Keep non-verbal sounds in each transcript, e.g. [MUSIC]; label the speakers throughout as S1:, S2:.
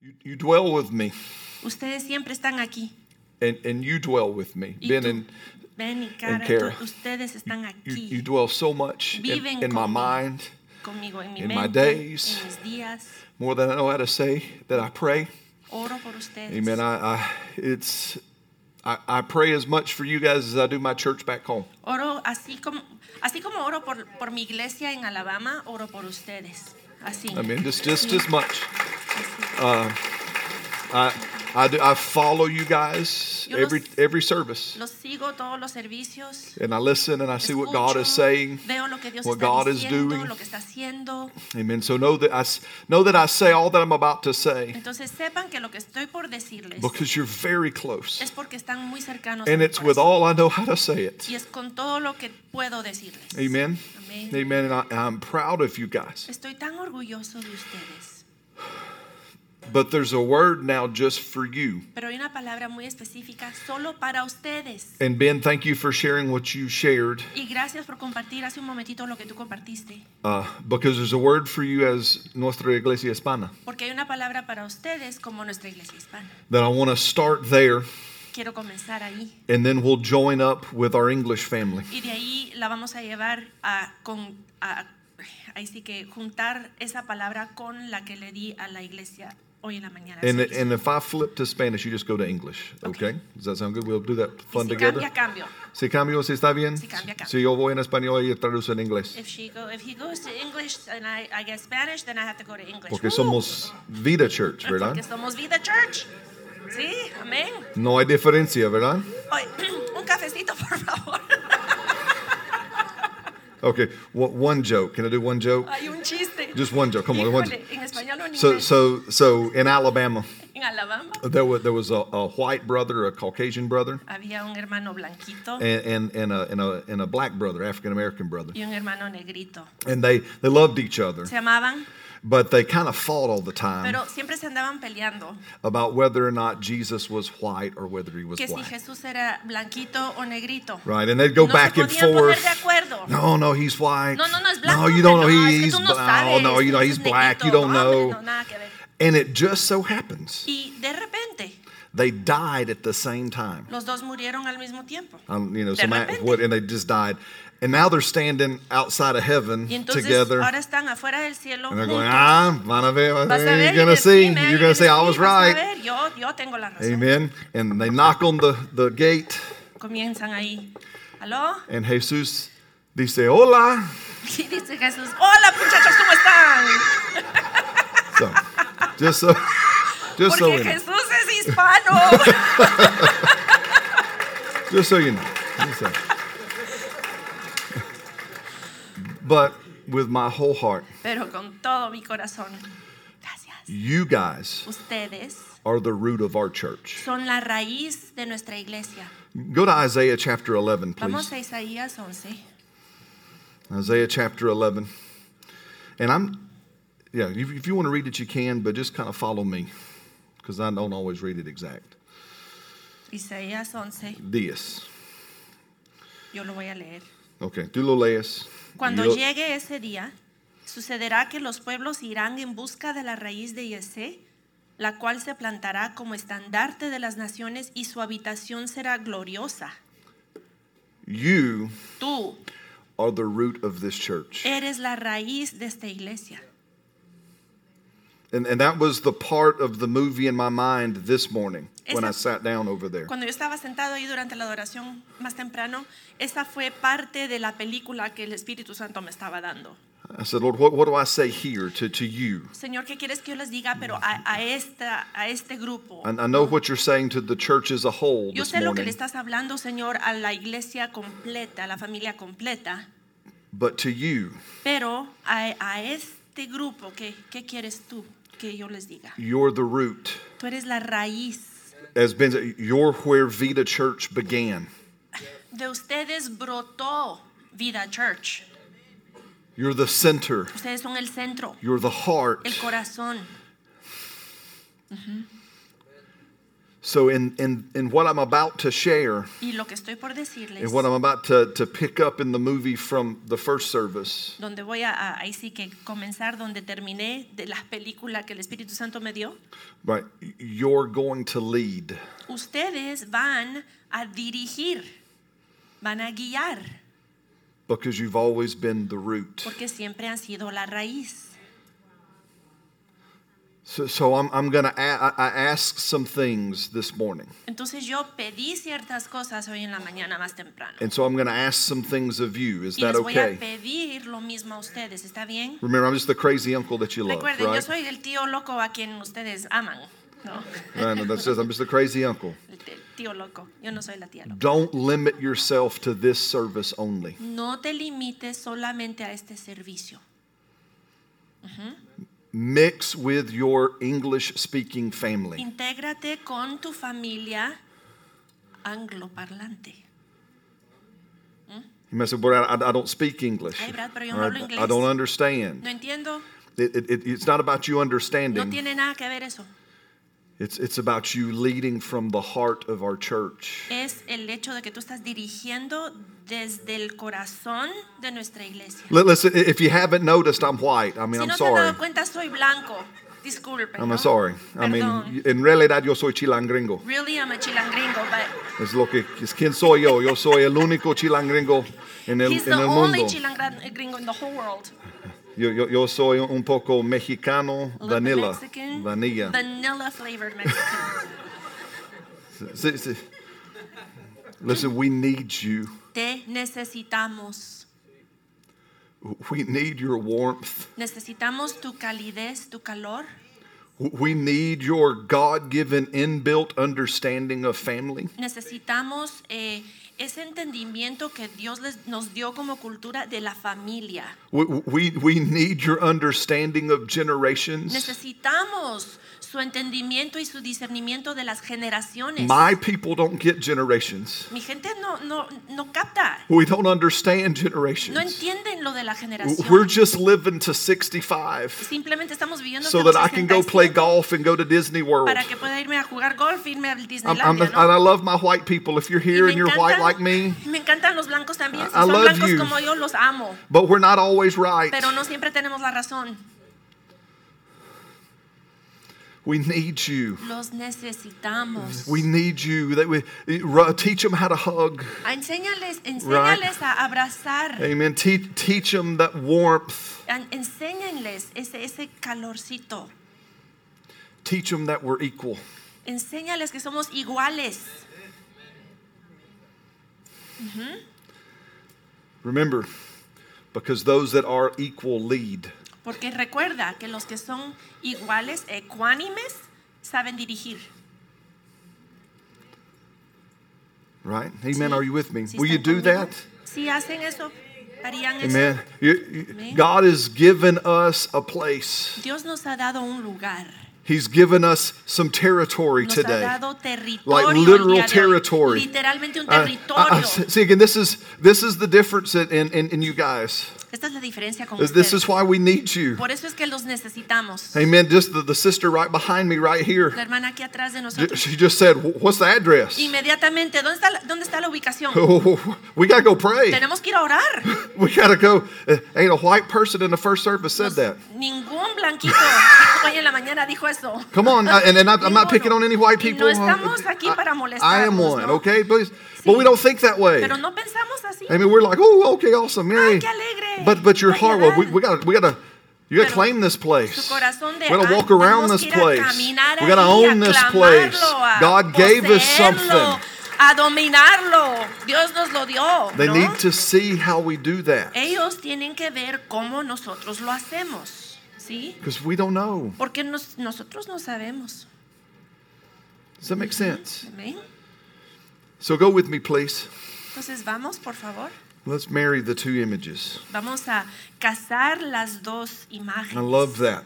S1: You, you dwell with me,
S2: Ustedes siempre están aquí.
S1: and, and you dwell with me.
S2: Y
S1: Ben
S2: tú,
S1: and
S2: Ben y Cara, tú-
S1: Kara.
S2: ustedes están
S1: you,
S2: aquí
S1: you dwell so much in,
S2: Viven
S1: in my
S2: conmigo.
S1: mind,
S2: conmigo en mi
S1: in my
S2: mente,
S1: days.
S2: en mis días.
S1: more than I know how to say, that I pray.
S2: Oro por ustedes.
S1: Amen. I, I it's I, I pray as much for you guys as I do my church back home.
S2: Oro así como, así como oro por, por mi iglesia en Alabama, oro por ustedes. Así.
S1: Amen. Just just
S2: Sí,
S1: as much.
S2: así.
S1: I I, do, I follow you guys
S2: Yo los-
S1: every every service,
S2: Los sigo todos los servicios.
S1: and I listen and I see what God is
S2: escucho,
S1: saying.
S2: Veo lo que Dios
S1: what
S2: está
S1: God is
S2: diciendo,
S1: doing.
S2: lo que está haciendo.
S1: Amen. So know that I s- know that I say all that I'm about to say
S2: Entonces sepan que lo que estoy por decirles
S1: because you're very close,
S2: es porque están muy cercanos. a
S1: and
S2: mi
S1: it's with
S2: corazón.
S1: all I know how to say it.
S2: y es con todo lo que puedo decirles.
S1: Amen.
S2: Amén.
S1: Amen. And I, I'm proud of you guys.
S2: Estoy tan orgulloso de ustedes.
S1: But there's a word now just for you.
S2: Pero hay una palabra muy específica solo para ustedes.
S1: And Ben, thank you for sharing what you shared.
S2: Y gracias por compartir hace un momentito lo que tú compartiste.
S1: Uh, because there's a word for you as Nuestra Iglesia Hispana.
S2: Porque hay una palabra para ustedes como nuestra iglesia hispana.
S1: That I want to start there,
S2: Quiero comenzar ahí.
S1: and then we'll join up with our English family.
S2: Y de ahí la vamos a llevar a, con, a- ahí sí que juntar esa palabra con la que le di a la iglesia hoy en la mañana.
S1: And,
S2: Así que-
S1: and if I flip to Spanish, you just go to English. Okay? Does that sound good? We'll do that
S2: y
S1: fun
S2: si
S1: together.
S2: cambia, cambio.
S1: Si cambio, si está bien.
S2: Si cambia, cambia.
S1: Si yo voy en español y traduce en inglés.
S2: If, she go, if he goes to English and I, I get Spanish, then I have to go to English.
S1: Porque
S2: Woo!
S1: somos Vida Church,
S2: Porque
S1: ¿verdad?
S2: somos Vida Church. Sí, amén.
S1: No hay diferencia, ¿verdad?
S2: Oye, [CLEARS THROAT] un cafecito, [LAUGHS] por favor.
S1: Okay, wha- one joke. Can I do one joke?
S2: Hay un chiste.
S1: Just one joke. Come on, one
S2: Híjole, en español o en
S1: So,
S2: inglés.
S1: so, so in Alabama,
S2: en Alabama
S1: there was, there was a, a white brother, a Caucasian brother,
S2: había un hermano blanquito
S1: and, and, and, a, and, a, and a black brother, African American brother.
S2: y un hermano negrito.
S1: And they, they loved each other,
S2: Se amaban,
S1: but they kind of fought all the time
S2: pero siempre se andaban peleando.
S1: about whether or not Jesus was white or whether he was
S2: Que si
S1: black.
S2: Jesús era blanquito o negrito.
S1: Right, and they'd go
S2: No se
S1: back and
S2: podían poner de
S1: forth.
S2: acuerdo.
S1: No, no, he's white.
S2: No, no, no, es blanco.
S1: No, you don't know. he-
S2: no, es que
S1: he's
S2: tú no
S1: black. Oh,
S2: sabes.
S1: no, you know,
S2: ese
S1: he's
S2: es
S1: black. You
S2: negrito.
S1: don't
S2: No, hombre,
S1: know.
S2: no, nada que ver.
S1: And it just so happens
S2: Y de repente,
S1: they died at the same time.
S2: los dos murieron al mismo tiempo.
S1: Um, you know,
S2: De
S1: some act,
S2: repente.
S1: what, and they just died. And now they're standing outside of heaven
S2: Y entonces
S1: together.
S2: ahora están afuera del cielo.
S1: And they're going,
S2: juntos.
S1: ah, Vanavera,
S2: Vas a ver,
S1: you're
S2: y
S1: going to see.
S2: decime, y
S1: You're going to say, I
S2: decime,
S1: was
S2: vas a
S1: right.
S2: ver, yo, yo tengo la razón.
S1: Amen. And they knock on the, the gate,
S2: Comienzan ahí. ¿Aló?
S1: and Jesus dice, hola.
S2: Y dice Jesús, hola muchachos, ¿cómo están?
S1: So, just so, [LAUGHS] just so,
S2: Porque
S1: you know,
S2: Jesús es hispano. [LAUGHS]
S1: just so you know. Just so. But with my whole heart,
S2: Pero con todo mi corazón. Gracias.
S1: you guys
S2: Ustedes
S1: are the root of our church.
S2: son la raíz de nuestra iglesia.
S1: Go to Isaiah chapter 11, please.
S2: Vamos a Isaías 11.
S1: Isaiah chapter 11. And I'm, yeah, if, if you want to read it, you can, but just kind of follow me because I don't always read it exact.
S2: Isaías 11,
S1: Dies.
S2: yo lo voy a leer.
S1: Okay, tú lo lees.
S2: Cuando
S1: Yo-
S2: llegue ese día, sucederá que los pueblos irán en busca de la raíz de Yesé, la cual se plantará como estandarte de las naciones y su habitación será gloriosa.
S1: You
S2: Tú
S1: are the root of this church.
S2: eres la raíz de esta iglesia.
S1: And, and that was the part of the movie in my mind this morning when I
S2: Esa-
S1: sat down over there.
S2: Cuando yo estaba sentado ahí durante la adoración más temprano, esa fue parte de la película que el Espíritu Santo me estaba dando.
S1: I said, Lord, what, what do I say here to, to you?
S2: Señor, ¿qué quieres que yo les diga? Pero a, a esta, a este grupo.
S1: And I know what you're saying to the church as a whole
S2: Yo
S1: this
S2: sé lo que le
S1: morning,
S2: estás hablando, Señor, a la iglesia completa, a la familia completa,
S1: but to you,
S2: pero a, a este grupo, ¿qué, ¿qué quieres tú que yo les diga?
S1: you're the root.
S2: Tú eres la raíz.
S1: As Ben said, you're where Vita Church began.
S2: De ustedes brotó Vida Church.
S1: You're the center.
S2: Ustedes son el centro,
S1: You're the heart.
S2: el corazón.
S1: So, in, in, in what I'm about to share,
S2: Y lo que estoy por decirles,
S1: and what I'm about to, to pick up in the movie from the first service,
S2: donde voy a, a- ahí sí que comenzar donde terminé de las películas que el Espíritu Santo me dio,
S1: right? You're going to lead.
S2: ustedes van a dirigir, van a guiar,
S1: because you've always been the root.
S2: porque siempre han sido la raíz.
S1: So, so I'm, I'm going to a- I ask some things this morning.
S2: Entonces yo pedí ciertas cosas hoy en la mañana más temprano.
S1: And so I'm going to ask some things of you. Is
S2: Y
S1: that
S2: les voy a
S1: okay?
S2: pedir lo mismo a ustedes, ¿está bien?
S1: Remember, I'm just the crazy uncle that you love,
S2: Recuerden, yo
S1: right?
S2: soy el tío loco a quien ustedes aman, ¿no? [LAUGHS]
S1: No, no, that's just, I'm just the crazy uncle.
S2: El t- el tío loco, yo no soy la tía loca.
S1: Don't limit yourself to this service only.
S2: No te limites solamente a este servicio.
S1: Mix with your English speaking family.
S2: Intégrate con tu familia angloparlante.
S1: You might say, but I, I don't speak English.
S2: Ay, Brad, pero yo
S1: Or
S2: no
S1: I,
S2: hablo
S1: I don't
S2: inglés.
S1: understand.
S2: No entiendo,
S1: It, it, it- it's not about you
S2: no
S1: understanding,
S2: tiene nada que ver eso.
S1: it's, it's about you leading from the heart of our church.
S2: Es el hecho de que tú estás dirigiendo desde el corazón de nuestra iglesia.
S1: Li- Listen, i- if you haven't noticed, I'm white. I mean,
S2: Si
S1: I'm
S2: no se han
S1: sorry.
S2: dado cuenta, soy blanco. Disculpen.
S1: I'm
S2: ¿no?
S1: sorry. I mean,
S2: Perdón.
S1: y- en realidad yo soy chilangringo.
S2: Really, I'm a chilangringo, but
S1: Es lo que es quien soy yo. Yo soy el único chilangringo en el,
S2: he's
S1: en
S2: the
S1: el
S2: only
S1: mundo.
S2: chilangringo in the whole world.
S1: Yo, yo, yo soy un poco mexicano,
S2: A little bit
S1: vanilla,
S2: Mexican,
S1: vanilla.
S2: Vanilla flavored Mexican.
S1: Si- si- Listen, we need you.
S2: Te necesitamos.
S1: We need your warmth.
S2: Necesitamos tu calidez, tu calor.
S1: W- We need your God-given inbuilt understanding of family.
S2: Necesitamos eh, ese entendimiento que Dios les- nos dio como cultura de la familia.
S1: We, we, we need your understanding of generations.
S2: Necesitamos su entendimiento y su discernimiento de las generaciones.
S1: My people don't get generations.
S2: Mi gente no, no, no capta.
S1: We don't understand
S2: No
S1: generations.
S2: entienden lo de la
S1: We're
S2: generación.
S1: just living to 65
S2: Simplemente estamos viviendo
S1: so
S2: hasta
S1: that
S2: los
S1: I can go
S2: 65
S1: play golf and go to Disney World.
S2: para que pueda irme a jugar golf, irme
S1: I'm,
S2: al
S1: I'm-
S2: Disneylandia,
S1: and
S2: ¿no?
S1: I love my white people if you're
S2: Y
S1: here
S2: me
S1: and you're white
S2: encantan-
S1: like me,
S2: me encantan los blancos también. Si
S1: I
S2: son
S1: love
S2: blancos
S1: you.
S2: como yo, los amo.
S1: but we're not always right.
S2: Pero no siempre tenemos la razón.
S1: We need you.
S2: Los necesitamos.
S1: We need you. That we, ru- teach them how to hug.
S2: Ah, Enséñales, enséñales a abrazar.
S1: Amen. Te- teach them that warmth.
S2: An- Enséñenles ese, ese calorcito.
S1: Teach them that we're equal.
S2: Enséñales que somos iguales.
S1: Remember, because those that are equal lead.
S2: Porque recuerda que los que son iguales, ecuánimes, saben dirigir.
S1: Right? Amen.
S2: Sí.
S1: Are you with me?
S2: ¿Sí
S1: Will you
S2: están
S1: do
S2: conmigo?
S1: that?
S2: Si hacen eso, harían
S1: Amen. You- you-
S2: Amen.
S1: God has given us a place.
S2: eso. Dios nos ha dado un lugar.
S1: He's given us some territory
S2: Nos
S1: today.
S2: ha dado territorio.
S1: Like
S2: el
S1: literal
S2: día de hoy.
S1: territory. Ah,
S2: Literalmente un
S1: I- I-
S2: territorio.
S1: I- Uh, see again. This is this is the difference in in, in, in you guys.
S2: Esta es la diferencia con
S1: This,
S2: ustedes.
S1: this is why we need you.
S2: Por eso es que los necesitamos.
S1: Amen. Just the, the sister right behind me, right
S2: La
S1: here.
S2: hermana aquí atrás de
S1: j-
S2: nosotros.
S1: She just said, "Wh- "What's the address?"
S2: Inmediatamente, ¿dónde está la, dónde está la ubicación?
S1: [LAUGHS] Oh, we gotta go pray.
S2: Tenemos que ir a orar.
S1: We gotta go. Uh, Ain't a white person in the first service said
S2: Nos-
S1: that.
S2: Ningún blanquito [LAUGHS] hoy en la mañana dijo eso.
S1: Come on, I- and, and I'm I'm not
S2: [LAUGHS] Ninguno.
S1: picking on any white
S2: Y
S1: people.
S2: No estamos aquí para
S1: I, I am
S2: molestarnos,
S1: one,
S2: ¿no?
S1: okay? Please. But we don't think that way.
S2: Pero no pensamos así.
S1: I mean, we're like, oh, okay, awesome,
S2: Ay,
S1: yay.
S2: qué alegre.
S1: But but your heart, well, we, we gotta we gotta you gotta
S2: Pero
S1: claim this
S2: Su
S1: place.
S2: corazón de
S1: We gotta
S2: "Ah,
S1: walk around
S2: tenemos
S1: this
S2: que ir a
S1: place. We
S2: caminar
S1: gotta
S2: ahí, a
S1: own this
S2: clamarlo,
S1: place.
S2: a
S1: God gave us
S2: poseerlo,
S1: something.
S2: A dominarlo. Dios nos lo dio.
S1: They
S2: ¿no?
S1: need to see how we do that
S2: Ellos tienen que ver cómo nosotros lo hacemos. ¿Sí?
S1: because we don't know.
S2: Porque nos- nosotros no sabemos.
S1: Does that make sense?
S2: ¿Amén?
S1: So go with me, please.
S2: Entonces vamos, por favor.
S1: Let's marry the two images.
S2: Vamos a casar las dos
S1: I
S2: imágenes.
S1: love that.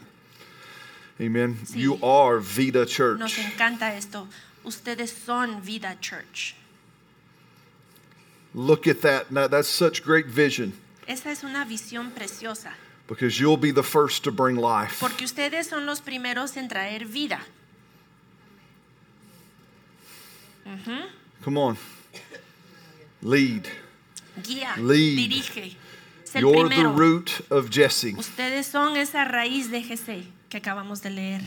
S1: Amen.
S2: Sí.
S1: You are Vita Church.
S2: Nos encanta esto. Ustedes son Vida Church.
S1: Look at that. Now, that's such great vision
S2: Esa es una visión preciosa,
S1: because you'll be the first to bring life.
S2: porque ustedes son los primeros en traer vida.
S1: Come on. Lead.
S2: Guía,
S1: Lead.
S2: dirige. Es el
S1: You're the
S2: primero.
S1: root of Jesse.
S2: Ustedes son esa raíz de Jesse que acabamos de leer.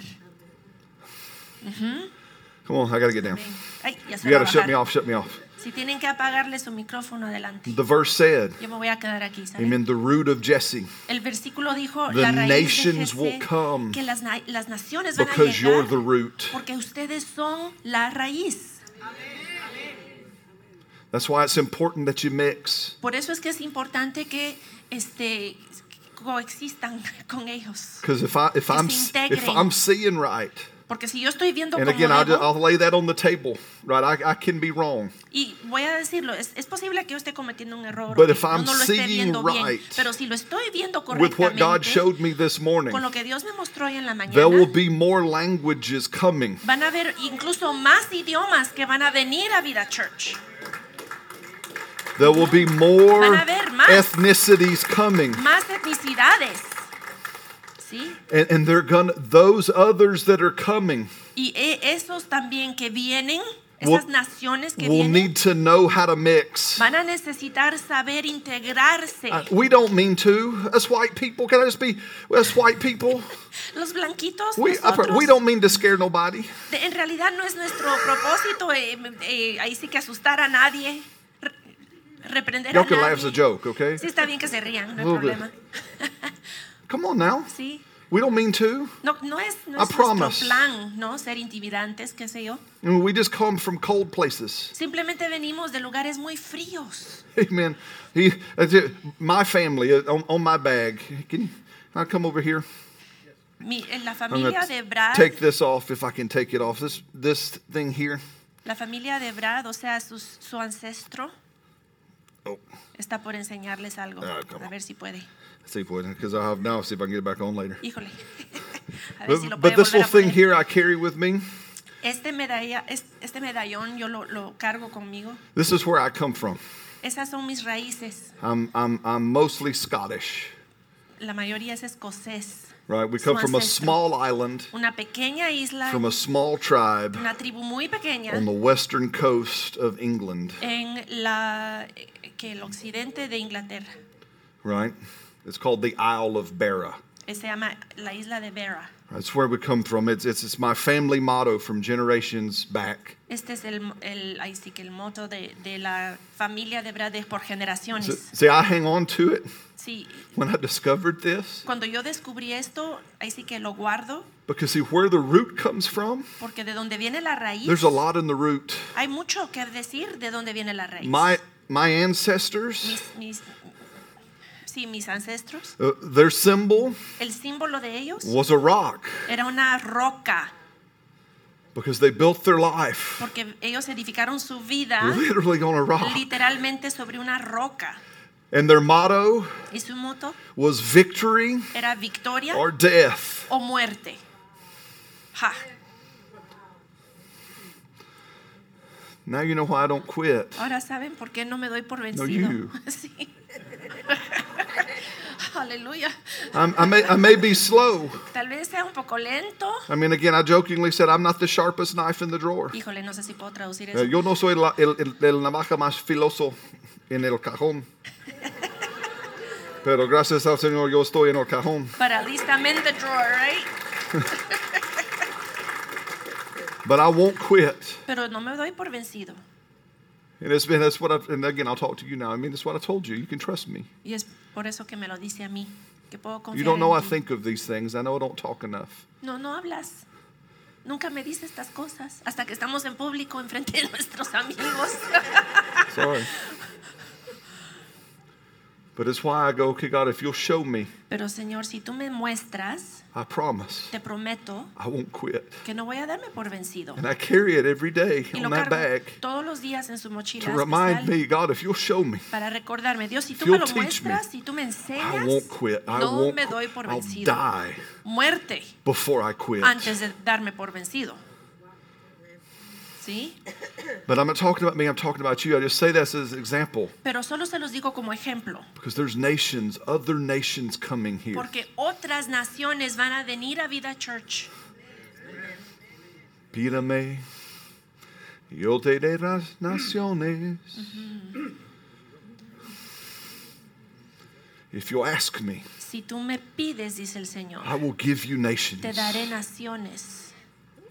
S1: Come on, I got to get down.
S2: Ay, ya se
S1: You
S2: va a
S1: got to shut
S2: bajar.
S1: me off, shut me off.
S2: Si tienen que apagarle su micrófono adelante.
S1: The verse said,
S2: Yo me voy a quedar aquí, ¿saben?
S1: Amen, the root of Jesse,
S2: El versículo dijo
S1: The
S2: la raíz de
S1: nations
S2: Jesse,
S1: will come
S2: que las, na- las naciones van a
S1: because you're
S2: llegar
S1: the root.
S2: porque ustedes son la raíz.
S1: That's why it's important that you mix.
S2: Por eso es que es importante que este coexistan [LAUGHS] con ellos.
S1: Because if I if
S2: Que
S1: I'm
S2: se
S1: if
S2: integren.
S1: I'm seeing right,
S2: Porque si yo estoy viendo
S1: and
S2: como
S1: again I'll,
S2: debo,
S1: just, I'll lay that on the table, right? I, I can be wrong,
S2: y voy a decirlo, es, es posible que yo esté cometiendo un error,
S1: But
S2: que
S1: if I'm
S2: no lo esté
S1: seeing
S2: viendo bien,
S1: right
S2: pero si lo estoy viendo
S1: with what God
S2: correctamente,
S1: showed me this morning,
S2: con lo que Dios me mostró hoy en la
S1: there will
S2: mañana,
S1: be more languages coming.
S2: van a haber incluso más idiomas que van a venir a Vida Church.
S1: There will be more
S2: Van a haber más.
S1: ethnicities coming,
S2: más etnicidades. ¿Sí?
S1: and, and they're gonna those others that are coming
S2: Y e- esos también que vienen,
S1: Will-
S2: esas naciones que
S1: will
S2: vienen,
S1: need to know how to mix.
S2: van a necesitar saber integrarse.
S1: Uh, we don't mean to. Us white people, can I just be? Us white
S2: [LAUGHS]
S1: people,
S2: Los blanquitos,
S1: we I've heard-
S2: nosotros,
S1: ah, we don't mean to scare nobody.
S2: de- en realidad no es nuestro propósito, eh, eh, ahí sí que asustar a nadie, re- reprender
S1: Y'all
S2: a
S1: can laugh as a
S2: nadie.
S1: joke, okay?
S2: Sí, está bien que se rían, no hay
S1: Little bit.
S2: problema.
S1: Come on now.
S2: Sí.
S1: We don't mean to.
S2: No, no es, no
S1: I
S2: es nuestro
S1: promise.
S2: plan, ¿no? Ser intimidantes, qué sé yo.
S1: I mean, We just come from cold places. [LAUGHS]
S2: Simplemente venimos de lugares muy fríos.
S1: Amen. He, that's it. my family uh, on, on my bag. Can you? Can I come over here?
S2: Mi- eh, la
S1: I'm
S2: familia de
S1: gonna
S2: Brad,
S1: take this off if I can take it off. This this thing here.
S2: la familia de Brad, o sea, sus- su ancestro,
S1: Oh,
S2: está por enseñarles algo.
S1: Ah, come
S2: a
S1: on.
S2: ver si puede.
S1: let's see if because I have now. See if I can get it back on later.
S2: Híjole. [LAUGHS] a ver si lo
S1: But, but
S2: puede
S1: this
S2: volver
S1: little
S2: a
S1: thing
S2: poner.
S1: here I carry with me.
S2: Este, medalla, es- este medallón yo lo, lo cargo conmigo.
S1: This is where I come from.
S2: Esas son mis raíces.
S1: I'm I'm I'm mostly Scottish.
S2: La mayoría es escocés.
S1: Right? We
S2: Su
S1: come from a
S2: ancestro.
S1: small island,
S2: Una pequeña isla,
S1: from a Oh, small tribe
S2: una tribu muy pequeña
S1: on the western coast of England,
S2: en la eh, que el occidente de Inglaterra.
S1: right? It's called the Isle of Barra.
S2: Eh, Se llama la isla de Vera.
S1: That's where we come from. It's, it's, it's my family motto from generations back.
S2: Este es el, el, ahí sí que el moto de, de la familia de Brad por
S1: So-
S2: generaciones.
S1: see, I hang on to it
S2: Sí,
S1: when I discovered this
S2: cuando yo descubrí esto, ahí sí que lo guardo,
S1: because, see, where the root comes from,
S2: porque de donde viene la raíz,
S1: there's a lot in the root.
S2: hay mucho que decir de dónde viene la raíz.
S1: My, my ancestors,
S2: mis, mis- sí, mis ancestros,
S1: uh, their symbol
S2: el símbolo de ellos
S1: was a rock
S2: era una roca,
S1: because they built their life
S2: porque ellos edificaron su vida
S1: literally on a rock.
S2: literalmente sobre una roca.
S1: And their motto
S2: Y su moto
S1: was victory
S2: era victoria
S1: or death.
S2: o muerte. Ja.
S1: Now you know why I don't quit.
S2: Ahora saben por qué no me doy por vencido.
S1: you.
S2: [LAUGHS] Sí. Aleluya.
S1: I'm, I, may, I may be slow.
S2: Tal vez sea un poco lento.
S1: I mean, again, I jokingly said I'm not the sharpest knife in the drawer.
S2: Híjole, no sé si puedo traducir
S1: Eh,
S2: eso.
S1: Yo no soy la, el, el, el navaja más filoso en el cajón. Pero gracias al Señor yo estoy en el cajón.
S2: But at least I'm in the drawer, right?
S1: But I won't quit.
S2: Pero no me doy por vencido.
S1: And it's been that's what I've, and again I'll talk to you now. I mean, it's what I told you. You can trust me.
S2: Y es por eso que me lo dice a mí. Que puedo confiar
S1: You don't know I
S2: en ti.
S1: think of these things. I know I don't talk enough.
S2: No, no hablas. Nunca me dices estas cosas. Hasta que estamos en público enfrente de [LAUGHS] nuestros amigos.
S1: Sorry. But it's why I go, okay, God, if you'll show me,
S2: Pero Señor, si tú me muestras,
S1: I promise
S2: te prometo
S1: I won't quit.
S2: que no voy a darme por vencido.
S1: And I carry it every day
S2: Y
S1: on
S2: lo
S1: that
S2: cargo
S1: bag
S2: todos los días en su mochila
S1: to remind
S2: especial
S1: me, God, if you'll show me,
S2: para recordarme, Dios, si
S1: If
S2: tú me
S1: you'll
S2: lo
S1: teach me,
S2: muestras, si tú me
S1: I
S2: enseñas,
S1: won't quit. I
S2: no
S1: won't.
S2: me doy
S1: quit.
S2: por
S1: I'll
S2: vencido.
S1: die
S2: Muerte
S1: before I quit.
S2: antes de darme por vencido. ¿Sí?
S1: But I'm not talking about me. I'm talking about you. I just say this as an example
S2: Pero solo se los digo como ejemplo,
S1: because there's nations, other nations coming here.
S2: porque otras naciones van a venir a Vida Church.
S1: Pídame Yo te daré las naciones. If you ask me,
S2: Si tú me pides, dice el Señor,
S1: I will give you nations.
S2: te daré naciones.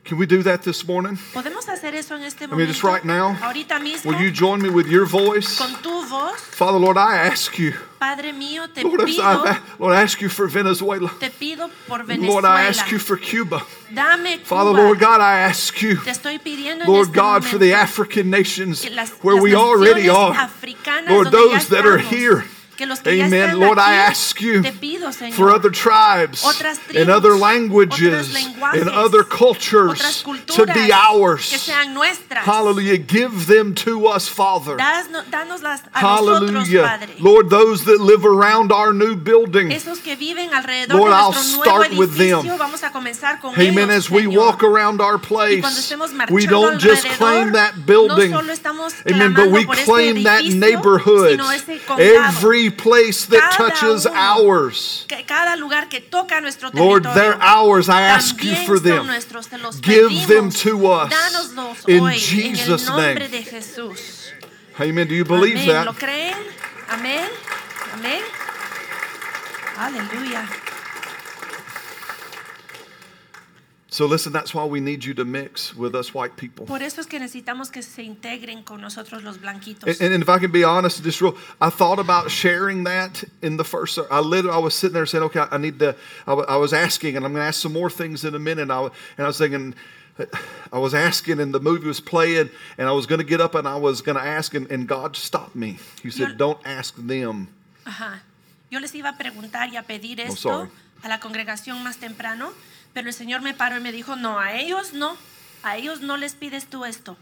S1: Can we do that this morning?
S2: ¿Podemos hacer eso en este
S1: I mean, just
S2: momento?
S1: right now,
S2: Ahorita mismo,
S1: will you join me with your voice?
S2: con tu voz,
S1: Father, Lord, I ask you.
S2: Padre mío, te
S1: Lord, as
S2: pido,
S1: I, Lord, I ask you for Venezuela.
S2: te pido por
S1: Lord, I ask you
S2: Venezuela.
S1: for Cuba.
S2: Dame
S1: Father,
S2: Cuba.
S1: Lord God, I ask you.
S2: Te estoy pidiendo en
S1: Lord
S2: este
S1: God, for the
S2: momento
S1: African nations
S2: que las,
S1: where
S2: las
S1: we already
S2: naciones
S1: are.
S2: africanas
S1: Lord,
S2: donde ya
S1: those that are
S2: estamos,
S1: here.
S2: que los que ya
S1: Amen.
S2: están
S1: Lord, I
S2: aquí,
S1: ask you
S2: te pido, Señor,
S1: for other tribes
S2: otras
S1: and
S2: tribus,
S1: other
S2: otros
S1: languages and
S2: lenguajes,
S1: other
S2: otras
S1: cultures to
S2: culturas
S1: be
S2: que
S1: ours.
S2: sean nuestras.
S1: Hallelujah. Give them to us, Father.
S2: Dasno- dánoslas a nosotros,
S1: Hallelujah.
S2: Padre.
S1: Lord, those that live around our new building.
S2: Esos que viven alrededor
S1: Lord,
S2: de
S1: I'll
S2: nuestro nuevo
S1: start with
S2: edificio,
S1: them.
S2: vamos a comenzar con
S1: Amen.
S2: ellos,
S1: As we
S2: Señor.
S1: walk around our place,
S2: estemos
S1: we
S2: marchando
S1: don't just
S2: alrededor,
S1: claim that
S2: no
S1: building.
S2: solo estamos
S1: Amen. But
S2: clamando
S1: we
S2: por ese
S1: claim that
S2: edificio,
S1: neighborhood.
S2: sino ese condado.
S1: Every place that
S2: Cada
S1: touches
S2: uno.
S1: ours.
S2: Que cada lugar que toca nuestro
S1: Lord,
S2: territorio.
S1: they're ours. I ask you
S2: También
S1: for
S2: son
S1: them.
S2: nuestros, te los
S1: Give them
S2: pedimos.
S1: to us
S2: Dánoslos
S1: in
S2: hoy
S1: Jesus'
S2: en el nombre
S1: name.
S2: de Jesús.
S1: Amen. Do you believe
S2: Amén. ¿Lo
S1: that?
S2: creen? Amén. Amén. Aleluya.
S1: So listen, that's why we need you to mix with us white people.
S2: Por eso es que necesitamos que se integren con nosotros los blanquitos.
S1: And, and if I can be honest, just real, I thought about sharing that in the first. ser- I literally, I was sitting there saying, "Okay, I need to." I, wa- I was asking, and I'm going to ask some more things in a minute. I, wa- and I was thinking, I was asking, and the movie was playing, and I was going to get up and I was going to ask, and, and God stopped me. He
S2: You're-
S1: said, "Don't ask them."
S2: Ajá. Yo les iba a preguntar y a pedir esto
S1: eh. Oh, sorry.
S2: a la congregación más temprano, pero el Señor me paró y me dijo, no, a ellos no, a ellos no les pides tú esto,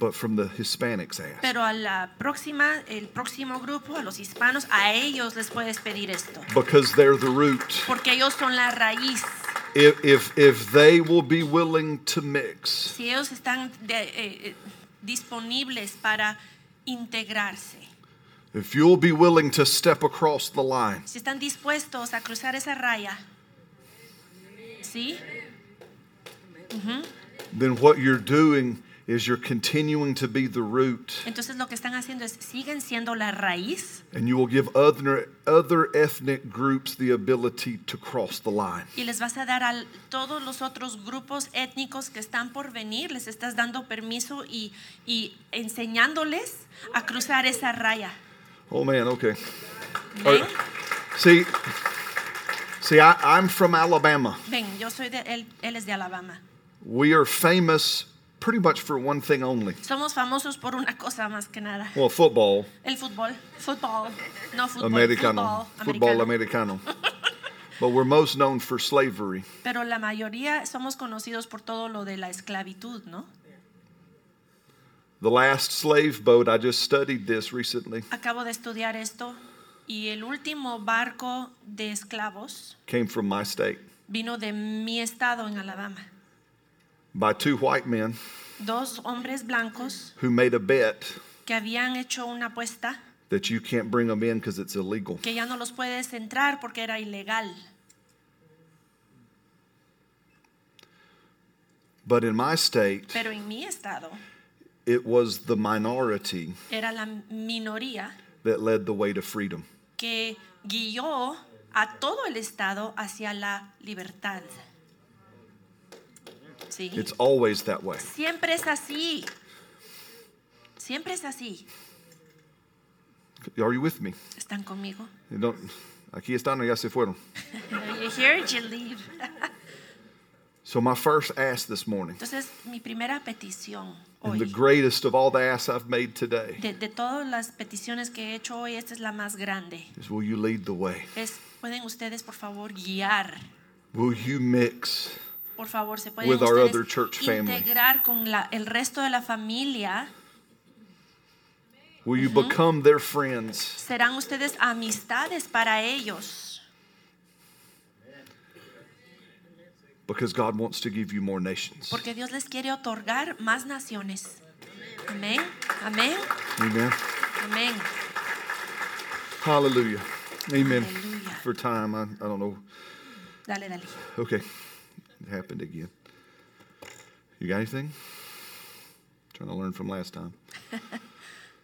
S1: But from the Hispanics, ask.
S2: pero a la próxima, el próximo grupo, a los hispanos, a ellos les puedes pedir esto,
S1: Because they're the root.
S2: porque ellos son la raíz.
S1: If, if, if they will be willing to mix,
S2: Si ellos están de- eh, eh, disponibles para integrarse,
S1: if you'll be willing to step across the line,
S2: si están dispuestos a cruzar esa raya, ¿sí?
S1: then what you're doing is you're continuing to be the root
S2: Entonces lo que están haciendo es, siguen siendo la raíz.
S1: and you will give other, other ethnic groups the ability to cross the line.
S2: Y les vas a dar a todos los otros grupos étnicos que están por venir, les estás dando permiso y, y enseñándoles a cruzar esa raya.
S1: Oh man, okay.
S2: Ven,
S1: Are- See, see, I, I'm from Alabama.
S2: ven, yo soy de, él, él es de Alabama.
S1: We are famous pretty much for one thing only.
S2: Somos famosos por una cosa más que nada.
S1: Well, football,
S2: El fútbol, fútbol, no fútbol,
S1: americano,
S2: fútbol,
S1: Oh, football
S2: americano.
S1: americano. [LAUGHS] But we're most known for slavery.
S2: Pero la mayoría somos conocidos por todo lo de la esclavitud, ¿no?
S1: The last slave boat, I just studied this recently,
S2: Acabo de estudiar esto y el último barco de esclavos
S1: came from my state
S2: vino de mi estado en Alabama.
S1: by two white men
S2: dos hombres blancos
S1: who made a bet
S2: que habían hecho una apuesta
S1: that you can't bring them in because it's illegal.
S2: que ya no los puedes entrar porque era ilegal.
S1: But in my state,
S2: Pero en mi estado
S1: it was the minority
S2: era la minoría
S1: that led the way to freedom.
S2: que guió a todo el estado hacia la libertad. Sí.
S1: It's always that way.
S2: Siempre es así. Siempre es así.
S1: Are you with me?
S2: ¿Están conmigo?
S1: You don't, aquí están, ya se fueron.
S2: You hear it, you leave.
S1: So, my first ask this morning,
S2: Entonces, mi primera petición
S1: and the
S2: hoy,
S1: greatest of all the asks I've made today,
S2: de, de todas las peticiones que he hecho hoy, esta es la más grande.
S1: is will you lead the way?
S2: es, pueden ustedes por favor guiar,
S1: Will you mix?
S2: por favor, se pueden
S1: With our
S2: ustedes
S1: other church family.
S2: integrar con la, el resto de la familia,
S1: Will you become their friends?
S2: serán ustedes amistades para ellos,
S1: Because God wants to give you more nations.
S2: porque Dios les quiere otorgar más naciones. Amén, amén,
S1: Amen.
S2: amén.
S1: Hallelujah. Amen.
S2: Hallelujah.
S1: For time, I, I don't know.
S2: Dale, dale.
S1: Okay. It happened again. You got anything? Trying to learn from last time.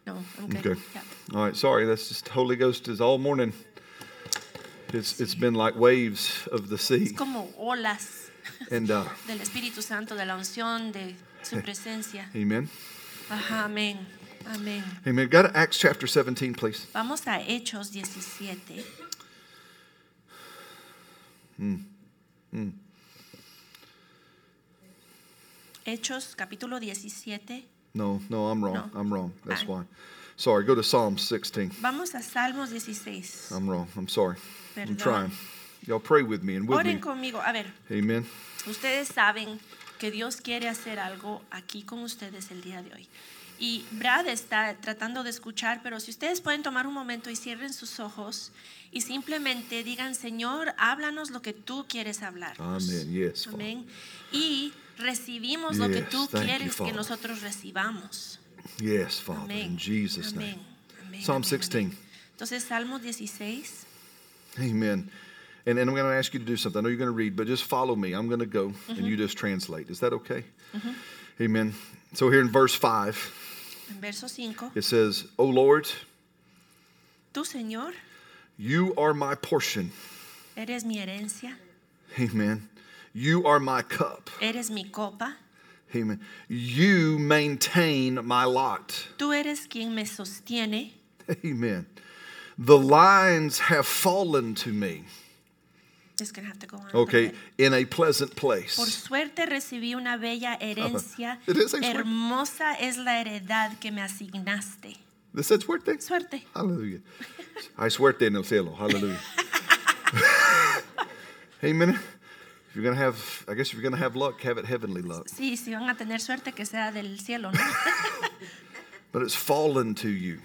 S2: No, I'm good.
S1: Okay.
S2: Yeah.
S1: All right. Sorry. That's just Holy Ghost is all morning. It's it's been like waves of the sea,
S2: Es como olas
S1: and uh,
S2: del Espíritu Santo, de la unción, de su presencia.
S1: Amen.
S2: Ajá, amén. Amén.
S1: Amen. Go to Acts chapter 17, please.
S2: Vamos a Hechos 17. Hechos capítulo 17.
S1: No, no, I'm wrong.
S2: No.
S1: I'm wrong. That's
S2: Aye.
S1: why. Sorry. Go to Psalm 16.
S2: Vamos a Salmos 16.
S1: I'm wrong. I'm sorry. I'm
S2: Perdón.
S1: trying. Y'all pray with me and with
S2: Oren
S1: me.
S2: conmigo. A ver,
S1: Amen.
S2: Ustedes saben que Dios quiere hacer algo aquí con ustedes el día de hoy. Y Brad está tratando de escuchar, pero si ustedes pueden tomar un momento y cierren sus ojos y simplemente digan, Señor, háblanos lo que tú quieres hablar.
S1: Amén. Yes, Father.
S2: Amén. Y recibimos lo que
S1: Yes,
S2: tú
S1: thank you,
S2: quieres que
S1: Father.
S2: nosotros recibamos.
S1: Yes, Father.
S2: Amén.
S1: In Jesus'
S2: Amén.
S1: name.
S2: Amén,
S1: Psalm
S2: amén,
S1: 16.
S2: amén. Entonces, Salmo 16.
S1: Amen. And, and I'm going to ask you to do something. I know you're going to read, but just follow me. I'm going to go and you just translate. Is that okay? Amen. So here in verse 5,
S2: En verso 5,
S1: it says, O Lord,
S2: tú, Señor,
S1: you are my portion.
S2: eres mi herencia,
S1: Amen. You are my cup.
S2: eres mi copa,
S1: Amen. You maintain my lot. [LAUGHS]
S2: Tú eres quien me sostiene.
S1: Amen. The lines have fallen to me,
S2: Just gonna have to go on a little
S1: okay,
S2: bit.
S1: in a pleasant
S2: Por
S1: place.
S2: suerte recibí una bella herencia.
S1: It is a suerte.
S2: Hermosa es la heredad que me asignaste.
S1: This is word things.
S2: Suerte.
S1: Hallelujah. I swear en el cielo. Hallelujah. [LAUGHS] Amen. If you're gonna have, I guess if you're gonna have luck, have it heavenly luck.
S2: Sí, si van a tener suerte que sea del cielo, ¿no?
S1: But it's fallen to you.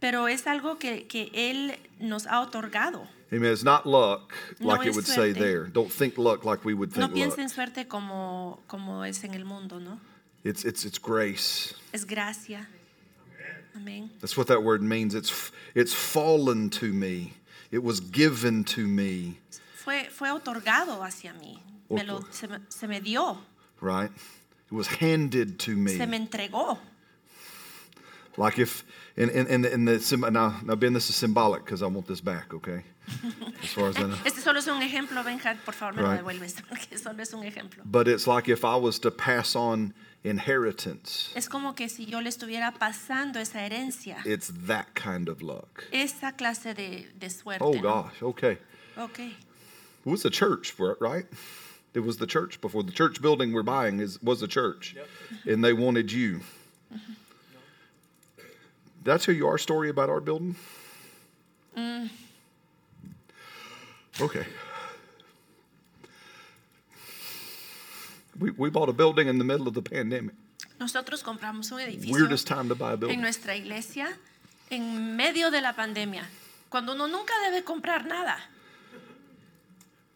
S2: Pero es algo que, que Él nos ha otorgado.
S1: Amen. It's not luck
S2: No
S1: like it
S2: es
S1: would say
S2: suerte.
S1: there. Don't think luck like we would think luck.
S2: No piensen suerte como, como es en el mundo, ¿no?
S1: It's it's it's grace.
S2: Es gracia. Amén.
S1: That's what that word means. It's it's fallen to me. It was given to me.
S2: Fue, fue otorgado hacia mí. Me lo-
S1: Otor-
S2: se, me, se me dio.
S1: Right? It was handed to me.
S2: Se me entregó.
S1: Like if, and, and, and, and the, sym- now, now, Ben, this is symbolic because I want this back, okay? As far as I know.
S2: Este solo es un ejemplo, Benja, por favor me lo
S1: Right.
S2: devuelves, [LAUGHS] porque solo es un ejemplo.
S1: But it's like if I was to pass on inheritance,
S2: Es como que si yo le estuviera pasando esa herencia,
S1: it's that kind of luck.
S2: esa clase de, de suerte.
S1: Oh,
S2: ¿no?
S1: gosh, okay.
S2: Ok.
S1: It was the church, for it, right? It was the church before. The church building we're buying is, was a church, and they wanted you. Did I tell you our story about our building? Okay. We, we bought a building in the middle of the pandemic.
S2: Nosotros compramos un edificio
S1: Weirdest time to buy a
S2: en
S1: building.
S2: nuestra iglesia en medio de la pandemia, cuando uno nunca debe comprar nada.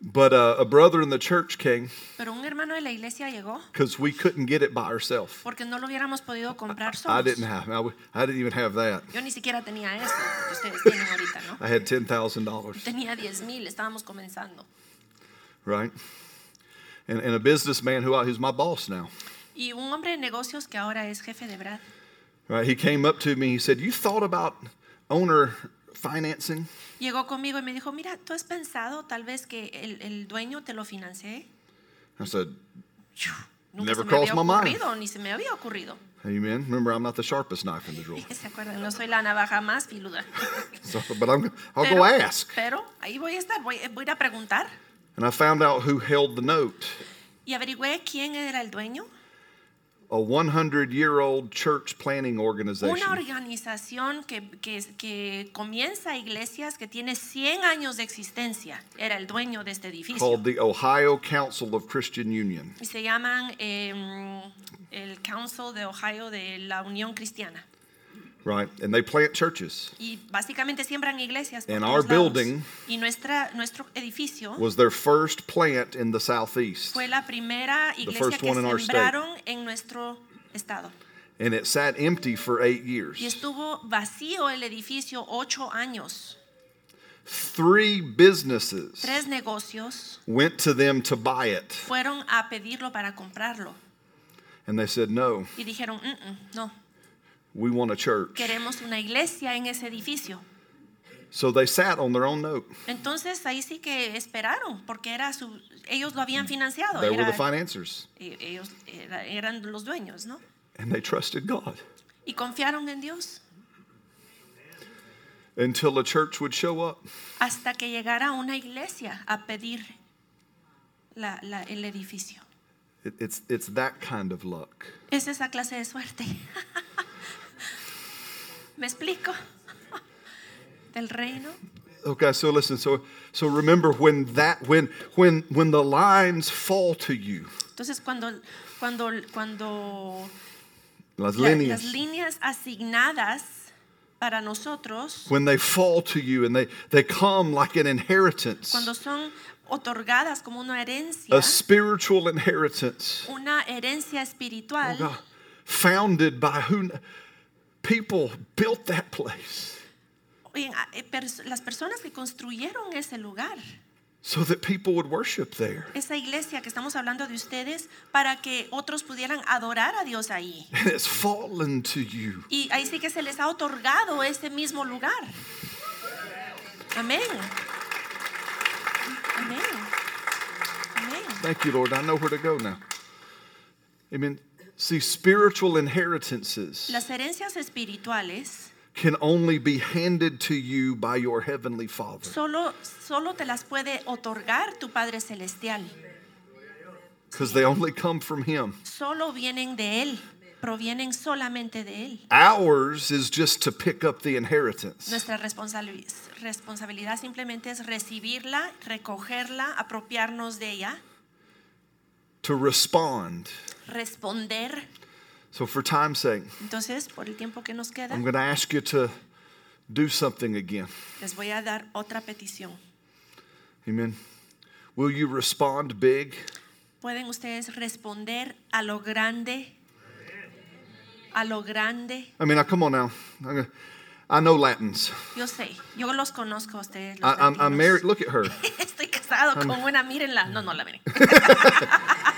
S1: But uh, a brother in the church came
S2: Pero un hermano de la iglesia llegó
S1: because we couldn't get it by ourselves.
S2: porque no lo hubiéramos podido comprar
S1: I
S2: solos.
S1: didn't have. I, w- I didn't even have that.
S2: Yo ni siquiera tenía eso que ustedes tienen ahorita, ¿no?
S1: I had ten thousand dollars.
S2: Tenía 10 mil, estábamos comenzando.
S1: right? And, and a businessman who I, who's my boss now,
S2: Y un hombre de negocios que ahora es jefe de Brad.
S1: right? He came up to me. He said, "You thought about owner financing?"
S2: Llegó conmigo y me dijo, mira, ¿tú has pensado tal vez que el, el dueño te lo financie?
S1: I said,
S2: Nunca se
S1: Never
S2: me había
S1: crossed my mind.
S2: ocurrido, ni se me había ocurrido.
S1: "Amen." Remember, I'm not the sharpest knife in the drawer, [LAUGHS]
S2: ¿Se acuerdan? No soy la navaja más filuda.
S1: so, but I'm, I'll
S2: Pero,
S1: go ask.
S2: pero ahí voy a estar, voy, voy a ir a preguntar.
S1: And I found out who held the note:
S2: Y averigüé quién era el dueño.
S1: a 100-year-old church planning organization.
S2: Una organización que, que, que comienza iglesias que tiene 100 años de existencia. Era el dueño de este edificio.
S1: Called the Ohio Council of Christian Union.
S2: Y se llaman eh, el Council de Ohio de la Unión Cristiana.
S1: Right. And they plant churches.
S2: Y básicamente siembran iglesias. Por
S1: And
S2: todos
S1: our
S2: lados.
S1: building
S2: y nuestra, nuestro edificio
S1: Was their first plant in the southeast.
S2: fue la primera iglesia
S1: first
S2: que
S1: one in our state.
S2: sembraron en nuestro estado.
S1: And it sat empty for eight
S2: Y
S1: years.
S2: estuvo vacío el edificio ocho años.
S1: Three businesses.
S2: Tres negocios
S1: went to them to buy it.
S2: fueron a pedirlo para comprarlo.
S1: And they said, No,
S2: Y dijeron, "Mm, mm, no,
S1: we want a church.
S2: queremos una iglesia en ese edificio.
S1: So they sat on their own note.
S2: Entonces ahí sí que esperaron, porque era su, ellos lo habían financiado,
S1: Mm. They were
S2: era-
S1: the financiers.
S2: eh, ellos era- eran los dueños, ¿no?
S1: And they trusted God
S2: Y confiaron en Dios
S1: until a church would show up.
S2: hasta que llegara una iglesia a pedir la- la- el edificio.
S1: It, it's, it's that kind of luck.
S2: Es esa clase de suerte. [LAUGHS] ¿Me explico? [LAUGHS] Del reino.
S1: Okay, so listen, so so remember when that when when when the lines fall to you,
S2: Entonces cuando, cuando, cuando
S1: las
S2: la-
S1: líneas,
S2: las líneas asignadas para nosotros,
S1: when they fall to you and they they come like an inheritance,
S2: cuando son otorgadas como una herencia,
S1: a spiritual inheritance,
S2: una herencia espiritual
S1: Oh, God, founded by who kn- people built that place
S2: en- eh, pers- las personas que construyeron ese lugar,
S1: so that people would worship there.
S2: esa iglesia que estamos hablando de ustedes, para que otros pudieran adorar a Dios ahí.
S1: And it's fallen to you.
S2: Y ahí sí que se les ha otorgado ese mismo lugar. Amén. Amén. Amén.
S1: Thank you, Lord. I know where to go now. Amen. See, spiritual inheritances.
S2: Las herencias espirituales
S1: can only be handed to you by your heavenly Father.
S2: solo, solo te las puede otorgar tu Padre Celestial.
S1: Because they only come from Him.
S2: Solo vienen de Él. Provienen solamente de Él.
S1: Ours is just to pick up the inheritance.
S2: Nuestra responsabil- responsabilidad simplemente es recibirla, recogerla, apropiarnos de ella,
S1: To respond.
S2: responder.
S1: So for time's sake,
S2: Entonces, por el tiempo que nos queda,
S1: I'm going to ask you to do something again.
S2: les voy a dar otra petición.
S1: Amen. Will you respond big?
S2: ¿Pueden ustedes responder a lo grande? A lo grande.
S1: I mean, now, come on now. I'm gonna, I know Latins.
S2: Yo sé, yo los conozco a ustedes. los
S1: I, I'm, I'm
S2: latinos.
S1: married. Look at her.
S2: [LAUGHS] Estoy casado con una, mírenla. No, no la [LAUGHS] miren.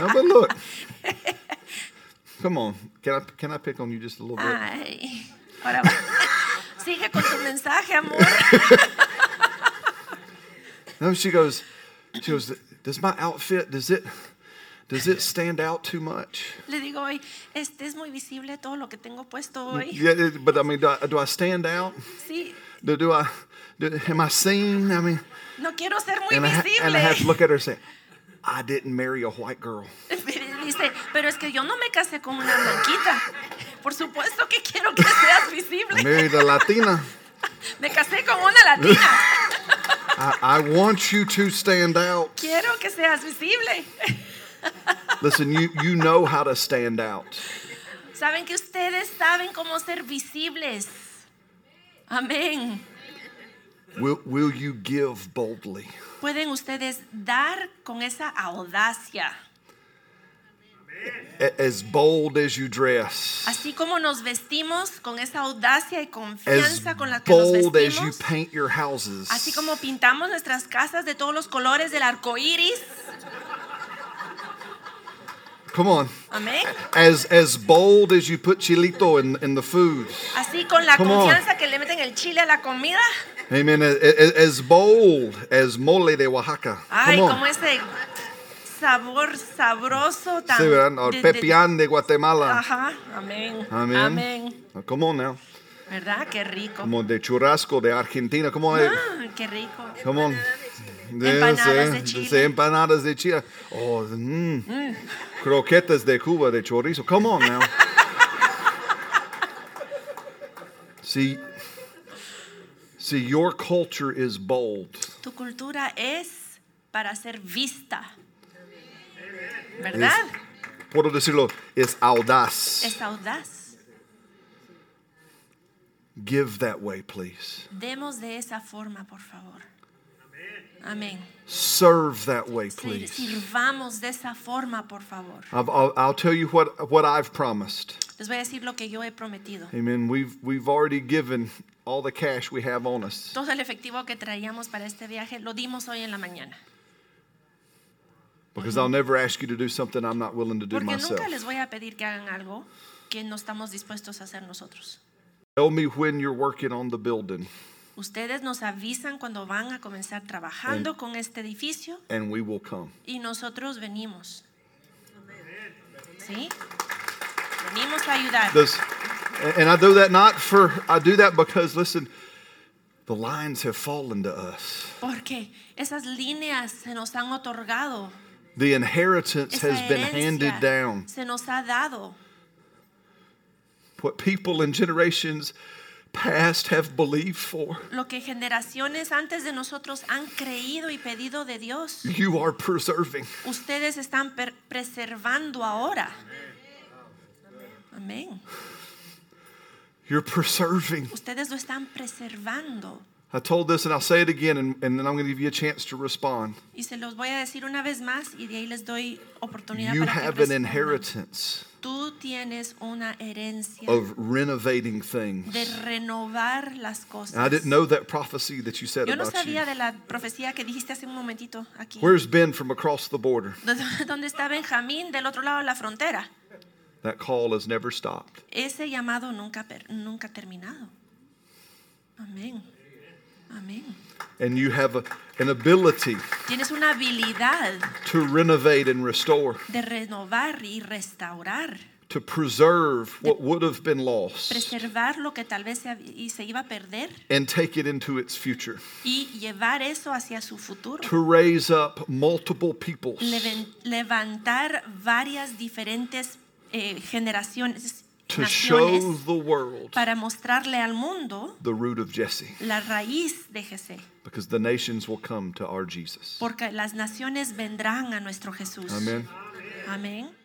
S1: No, but look. Come on. Can I, can I pick on you just a little
S2: Uh.
S1: bit?
S2: Ay, ahora va. Sigue con tu mensaje, amor.
S1: No, she goes, she goes, does my outfit, does it, does it stand out too much?
S2: Le digo hoy, este es muy visible todo lo que tengo puesto hoy.
S1: Yeah, it- but I mean, do I, do I stand out?
S2: Sí,
S1: Do, do I, do, am I seen? I mean,
S2: no quiero ser muy
S1: and I, ha- and I have to
S2: visible.
S1: look at her and say, I didn't marry a white girl.
S2: [LAUGHS] Dice, pero es que yo no me casé con una blanquita. Por supuesto que quiero que seas
S1: I
S2: visible.
S1: married a Latina.
S2: Me casé con una latina. [LAUGHS]
S1: I, I want you to stand out.
S2: Quiero que seas visible.
S1: Listen, you, you know how to stand out.
S2: Saben que ustedes saben cómo ser visibles. Amén.
S1: Will, will you give boldly?
S2: Pueden ustedes dar con esa audacia.
S1: A- as bold as you dress,
S2: Así como nos vestimos con esa audacia y
S1: as
S2: confianza con la que nos
S1: bold as you
S2: vestimos.
S1: paint your houses.
S2: Así como pintamos nuestras casas de todos los colores del arco iris.
S1: Come on.
S2: Amén.
S1: As as bold as you put chilito in in the food,
S2: Así con la
S1: Come on.
S2: confianza que le meten el chile a la comida.
S1: amen. As, as- as bold as mole de Oaxaca.
S2: Ay,
S1: Come
S2: como
S1: on.
S2: ese sabor sabroso tan.
S1: Sí, ¿verdad? Or
S2: de- de-
S1: pepián de Guatemala.
S2: Ajá, amén.
S1: Amen.
S2: Amén.
S1: Now, Come on now.
S2: ¿Verdad? Qué rico.
S1: Como de churrasco de Argentina. Come on. eh,
S2: Ah, qué rico.
S1: Come on.
S2: Empanadas de
S1: sí,
S2: Chile.
S1: sí, empanadas de Chile. Oh, mm. Croquetas de Cuba de chorizo. Come on now. see, see, your culture is bold.
S2: Tu cultura es para ser vista.
S1: Es,
S2: ¿Verdad?
S1: puedo decirlo, es audaz.
S2: Es audaz.
S1: Give that way, please.
S2: Demos de esa forma, por favor. Amén.
S1: Serve that way,
S2: Sir-
S1: please.
S2: Sirvamos de esa forma, por favor.
S1: I've, I'll, I'll tell you what, what I've promised.
S2: Les voy a decir lo que yo he prometido.
S1: Amen. We've, we've already given all the cash we have on us.
S2: Todo el efectivo que traíamos para este viaje lo dimos hoy en la mañana.
S1: because I'll never ask you to do something I'm not willing to do
S2: Porque
S1: myself.
S2: nunca les voy a pedir que hagan algo que no estamos dispuestos a hacer nosotros.
S1: Tell me when you're working on the building,
S2: Ustedes nos avisan cuando van a comenzar trabajando con este edificio
S1: and we will come.
S2: y nosotros venimos. ¿Sí? Venimos a ayudar.
S1: Does, and I do that not for I do that because listen, the lines have fallen to us.
S2: Porque esas líneas se nos han otorgado.
S1: The inheritance
S2: Esa
S1: has been handed
S2: herencia
S1: down.
S2: se nos ha dado.
S1: What people in generations past have believed for.
S2: Lo que generaciones antes de nosotros han creído y pedido de Dios.
S1: You are preserving.
S2: ustedes están per- preservando ahora. Amén.
S1: You're preserving.
S2: Ustedes lo están preservando.
S1: I told this and I'll say it again and, and then I'm gonna give you a chance to respond.
S2: Y se los voy a decir una vez más y de ahí les doy oportunidad
S1: You
S2: para que
S1: have an
S2: respondan.
S1: inheritance
S2: Tú tienes una herencia
S1: of renovating things.
S2: de renovar las cosas.
S1: And I didn't know that prophecy that you said
S2: Yo no
S1: about you.
S2: sabía de la profecía que dijiste hace un momentitito aquí.
S1: Where's Ben from across the border?
S2: ¿Dó- [LAUGHS] ¿Dónde está Benjamín del otro lado de la frontera?
S1: That call has never stopped.
S2: Ese llamado nunca, per- nunca ha terminado. Amén. Amén.
S1: And you have a, an ability
S2: Tienes una habilidad
S1: to renovate and restore,
S2: de renovar y restaurar,
S1: to preserve what would have been lost
S2: preservar lo que tal vez se, hab- y se iba a perder
S1: and take it into its future,
S2: y llevar eso hacia su futuro.
S1: to raise up multiple peoples
S2: Leven- levantar varias diferentes eh, generaciones,
S1: to show
S2: naciones,
S1: the world
S2: para mostrarle al mundo
S1: the root of Jesse,
S2: la raíz de Jesús,
S1: because the nations will come to our Jesus.
S2: porque las naciones vendrán a nuestro Jesús.
S1: Amen.
S2: Amén.